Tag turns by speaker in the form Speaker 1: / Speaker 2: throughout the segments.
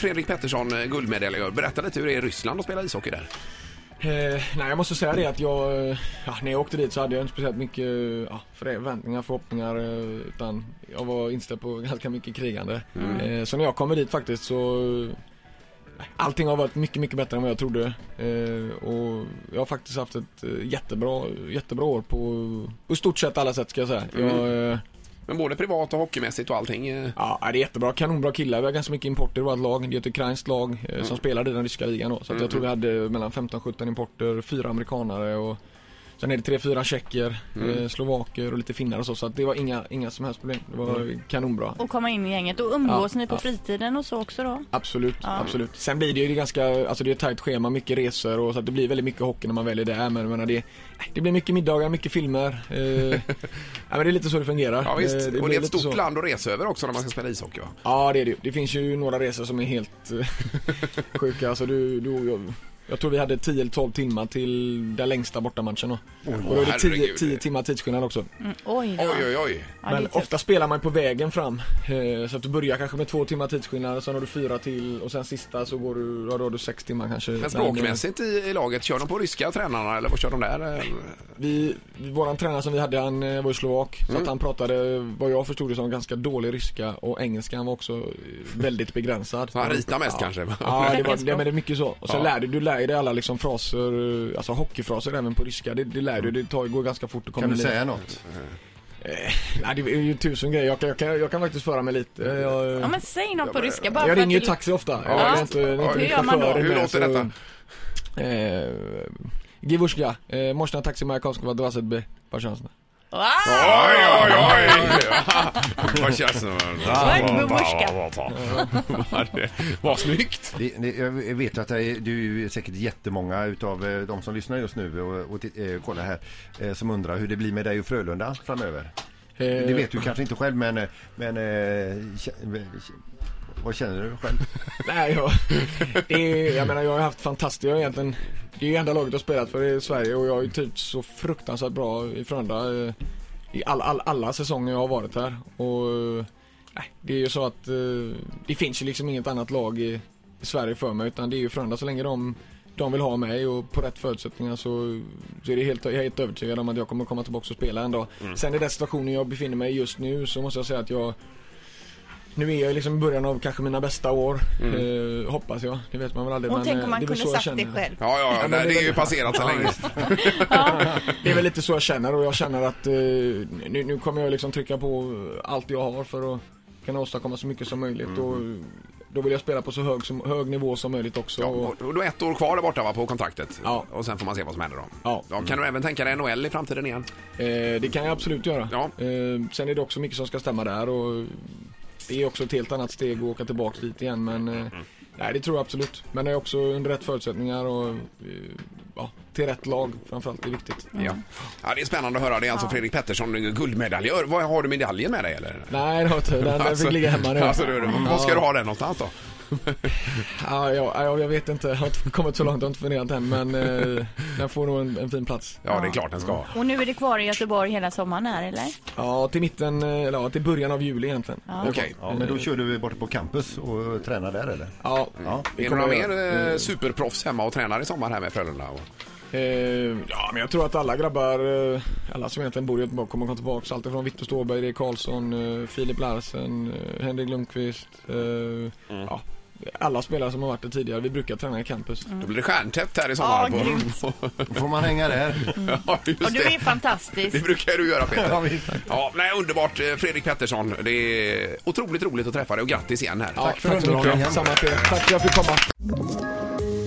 Speaker 1: Fredrik Pettersson, eh, guldmedaljör. Berätta lite hur det är i Ryssland att spela ishockey där.
Speaker 2: Eh, nej, jag måste säga det att jag, eh, ja, när jag åkte dit så hade jag inte speciellt mycket eh, ja, förväntningar, förhoppningar eh, utan jag var inställd på ganska mycket krigande. Eh, så när jag kommer dit faktiskt så eh, Allting har varit mycket, mycket bättre än vad jag trodde. Eh, och jag har faktiskt haft ett eh, jättebra, jättebra år på, på i stort sett alla sätt ska jag säga. Jag, eh,
Speaker 1: Men både privat och hockeymässigt och allting. eh,
Speaker 2: Ja, det är jättebra. Kanonbra killar. Vi har ganska mycket importer i vårt lag. Det är ett ukrainskt lag eh,
Speaker 1: Mm.
Speaker 2: som spelade i den ryska ligan då. Så att jag tror vi hade mellan 15-17 importer, fyra amerikanare och sen är det tre, fyra tjecker,
Speaker 1: Mm.
Speaker 2: eh, slovaker och lite finnar och så. Så att det var inga, inga som helst problem. Det var
Speaker 1: Mm.
Speaker 2: kanonbra.
Speaker 3: Och komma in i gänget. Och umgås
Speaker 2: Ja,
Speaker 3: ni på
Speaker 2: ja.
Speaker 3: fritiden och så också då? Mm,
Speaker 2: Absolut, absolut. Sen blir det ju ganska, alltså det är ett tajt schema, mycket resor och så att det blir väldigt mycket hockey när man väljer det. Men jag menar, det, det blir mycket middagar, mycket filmer. Eh, ja, men det är lite så det fungerar.
Speaker 1: Ja
Speaker 2: Eh,
Speaker 1: visst, och
Speaker 2: blir
Speaker 1: det är ett
Speaker 2: lite
Speaker 1: stort
Speaker 2: så.
Speaker 1: land att resa över också när man ska spela ishockey va?
Speaker 2: Ja det är det ju. Det finns ju några resor som är helt eh, sjuka. Alltså du, du, jag, jag tror vi hade 10 eller 12 timmar till den längsta bortamatchen då. och då är det 10,
Speaker 1: herregud.
Speaker 2: 10 timmar tidsskillnad också.
Speaker 3: Mm, oj, då.
Speaker 1: Oj, oj, oj.
Speaker 3: Ja, det är
Speaker 2: Men
Speaker 3: tufft.
Speaker 2: ofta spelar man på vägen fram. eh, Så att du börjar kanske med två timmar tidsskillnad, sen har du fyra till och sen sista så går du, ja, då har du sex timmar kanske. eh,
Speaker 1: Men språkmässigt i, i laget, kör de på ryska tränarna eller vad kör de där? eh?
Speaker 2: Vi, våran tränare som vi hade han eh, var ju slovak så
Speaker 1: Mm.
Speaker 2: att han pratade vad jag förstod det som ganska dålig ryska och engelskan var också eh, väldigt begränsad.
Speaker 1: Så han ritar mest
Speaker 2: ja.
Speaker 1: kanske?
Speaker 2: Ja, det, var, det, men det är mycket så. Och sen
Speaker 1: Ja.
Speaker 2: lär du, du lär dig alla liksom fraser, eh, alltså hockeyfraser även på ryska. Det, det lär du, det tar, går ganska fort att komma
Speaker 4: Kan du
Speaker 2: dit.
Speaker 4: säga något?
Speaker 2: Nej, det är ju tusen grejer. Jag kan, jag kan, jag kan faktiskt föra mig lite. Eh, Jag,
Speaker 3: Ja men säg något på ryska bara
Speaker 2: jag
Speaker 3: för
Speaker 2: ringer ju
Speaker 3: att det-
Speaker 2: taxi ofta.
Speaker 1: Ja,
Speaker 2: jag är
Speaker 3: just-
Speaker 2: inte, det är
Speaker 1: ja,
Speaker 2: inte
Speaker 1: hur
Speaker 3: gör man då?
Speaker 2: chauffören
Speaker 1: Hur
Speaker 2: med,
Speaker 1: låter
Speaker 2: så-
Speaker 1: detta?
Speaker 2: Eh, Givushka, eh, можно taxi моя komskova 20 b, пожалуйста.
Speaker 3: Ah,
Speaker 1: Oj, oj, oj! Vad känns det?
Speaker 3: Vad bubbushka.
Speaker 1: Vad det- Vad snyggt!
Speaker 4: Det, det, jag vet att det är, det är ju säkert jättemånga utav eh, de som lyssnar just nu och, och titt- eh, kollar här eh, som undrar hur det blir med dig och Frölunda framöver.
Speaker 2: Eh,
Speaker 4: Det vet du kanske inte själv men, eh, men eh, kä- vad känner du själv?
Speaker 2: Nej, jag, det är, jag menar jag har ju haft fantastiskt, jag har egentligen, det är ju enda laget jag har spelat för i Sverige och jag har ju typ så fruktansvärt bra i Frölunda eh, i all, all, alla säsonger jag har varit här och eh, nej, det är ju så att eh, det finns ju liksom inget annat lag i, i Sverige för mig utan det är ju Frölunda så länge de de vill ha mig och på rätt förutsättningar så, så är det helt, jag är helt övertygad om att jag kommer komma tillbaka och spela en dag. Sen i den situationen jag befinner mig i just nu så måste jag säga att jag nu är jag liksom i början av kanske mina bästa år, eh, hoppas jag. Det vet man väl aldrig.
Speaker 3: Och
Speaker 2: men,
Speaker 3: tänk
Speaker 2: eh, det
Speaker 3: om man
Speaker 2: är väl
Speaker 3: kunde
Speaker 2: så jag
Speaker 3: sagt det
Speaker 2: känner.
Speaker 3: själv.
Speaker 1: Ja, ja, ja
Speaker 2: men
Speaker 1: nej,
Speaker 2: det
Speaker 1: det är
Speaker 2: är
Speaker 1: ju
Speaker 2: väl-
Speaker 1: passerat så länge.
Speaker 2: Det är väl lite så jag känner och jag känner att eh, nu, nu kommer jag liksom trycka på allt jag har för att kunna åstadkomma så mycket som möjligt. Och då vill jag spela på så hög, som, hög nivå som möjligt också.
Speaker 1: Mm. Ja,
Speaker 2: och,
Speaker 1: och och du har ett år kvar där borta va, på kontraktet.
Speaker 2: Ja.
Speaker 1: Och sen får man se vad som händer då.
Speaker 2: ja.
Speaker 1: Ja, kan du även tänka dig NHL i framtiden igen?
Speaker 2: Eh, det kan jag absolut göra.
Speaker 1: Ja.
Speaker 2: Eh, sen är det också mycket som ska stämma där och det är också ett helt annat steg att åka tillbaka dit igen. Men eh,
Speaker 1: Mm.
Speaker 2: nej, det tror jag absolut. Men det är också under rätt förutsättningar och eh, ja, till rätt lag framförallt. Det är viktigt.
Speaker 1: Ja. Mm. ja, det är spännande att höra. Det är alltså Fredrik Pettersson, guldmedaljör. Vad Har du medaljen med dig eller?
Speaker 2: Nej, det har jag inte. Den, den fick ligga hemma nu.
Speaker 1: Alltså, du, var ska
Speaker 2: Ja.
Speaker 1: du ha den någonstans då?
Speaker 2: Ja, ja, ja, jag vet inte. Jag har inte kommit så långt. Jag har inte funderat än. Men eh, den får nog en, en fin plats.
Speaker 1: Ja, det är klart den ska.
Speaker 3: Och nu är det kvar i Göteborg hela sommaren här eller?
Speaker 2: Ja, till mitten, eh, eller ja, till början av juli egentligen. Ja,
Speaker 1: Okej.
Speaker 4: Ja, men då kör du borta på campus och tränar där eller? Ja.
Speaker 2: det
Speaker 1: Är det några
Speaker 2: kommer jag
Speaker 1: mer
Speaker 2: göra.
Speaker 1: eh, superproffs hemma och tränar i sommar här med Frölunda? Och...
Speaker 2: Eh, ja, men jag tror att alla grabbar, eh, alla som egentligen bor i Göteborg kommer komma tillbaka. Allt ifrån Viktor Ståberg, Erik Karlsson, eh, Filip Larsen, eh, Henrik Lundqvist. Eh,
Speaker 1: Mm.
Speaker 2: ja, alla spelare som har varit där tidigare. Vi brukar träna i campus.
Speaker 1: Då blir det stjärntätt här i sommar.
Speaker 3: Ja,
Speaker 4: Då får man hänga där.
Speaker 1: ja,
Speaker 3: Och
Speaker 1: just
Speaker 3: du är
Speaker 1: det.
Speaker 3: fantastisk.
Speaker 1: Det brukar du göra
Speaker 4: Ja,
Speaker 1: Peter.
Speaker 4: visst.
Speaker 1: Ja, nej, underbart eh, Fredrik Pettersson. Det är otroligt roligt att träffa dig och grattis igen här.
Speaker 2: Ja,
Speaker 4: för att du kom hem.
Speaker 2: Samma till er. Tack för att jag fick komma.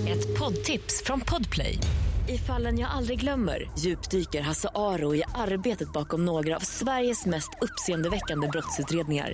Speaker 5: Ett poddtips från Podplay. I fallen jag aldrig glömmer djupdyker Hasse Aro i arbetet bakom några av Sveriges mest uppseendeväckande brottsutredningar.